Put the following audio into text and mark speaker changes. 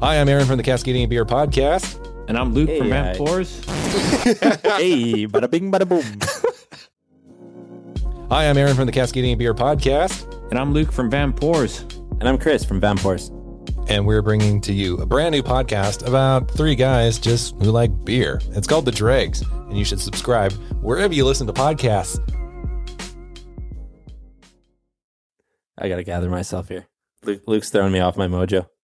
Speaker 1: Hi, I'm Aaron from the Cascading Beer Podcast.
Speaker 2: And I'm Luke from
Speaker 3: Hey,
Speaker 2: Mount
Speaker 3: I-
Speaker 2: Floors.
Speaker 3: hey, bada bing, bada boom.
Speaker 1: Hi, I'm Aaron from the Cascading Beer Podcast.
Speaker 2: And I'm Luke from Van Pours.
Speaker 3: And I'm Chris from Vampors.
Speaker 1: And we're bringing to you a brand new podcast about three guys just who like beer. It's called The Dregs, and you should subscribe wherever you listen to podcasts.
Speaker 3: I gotta gather myself here. Luke, Luke's throwing me off my mojo.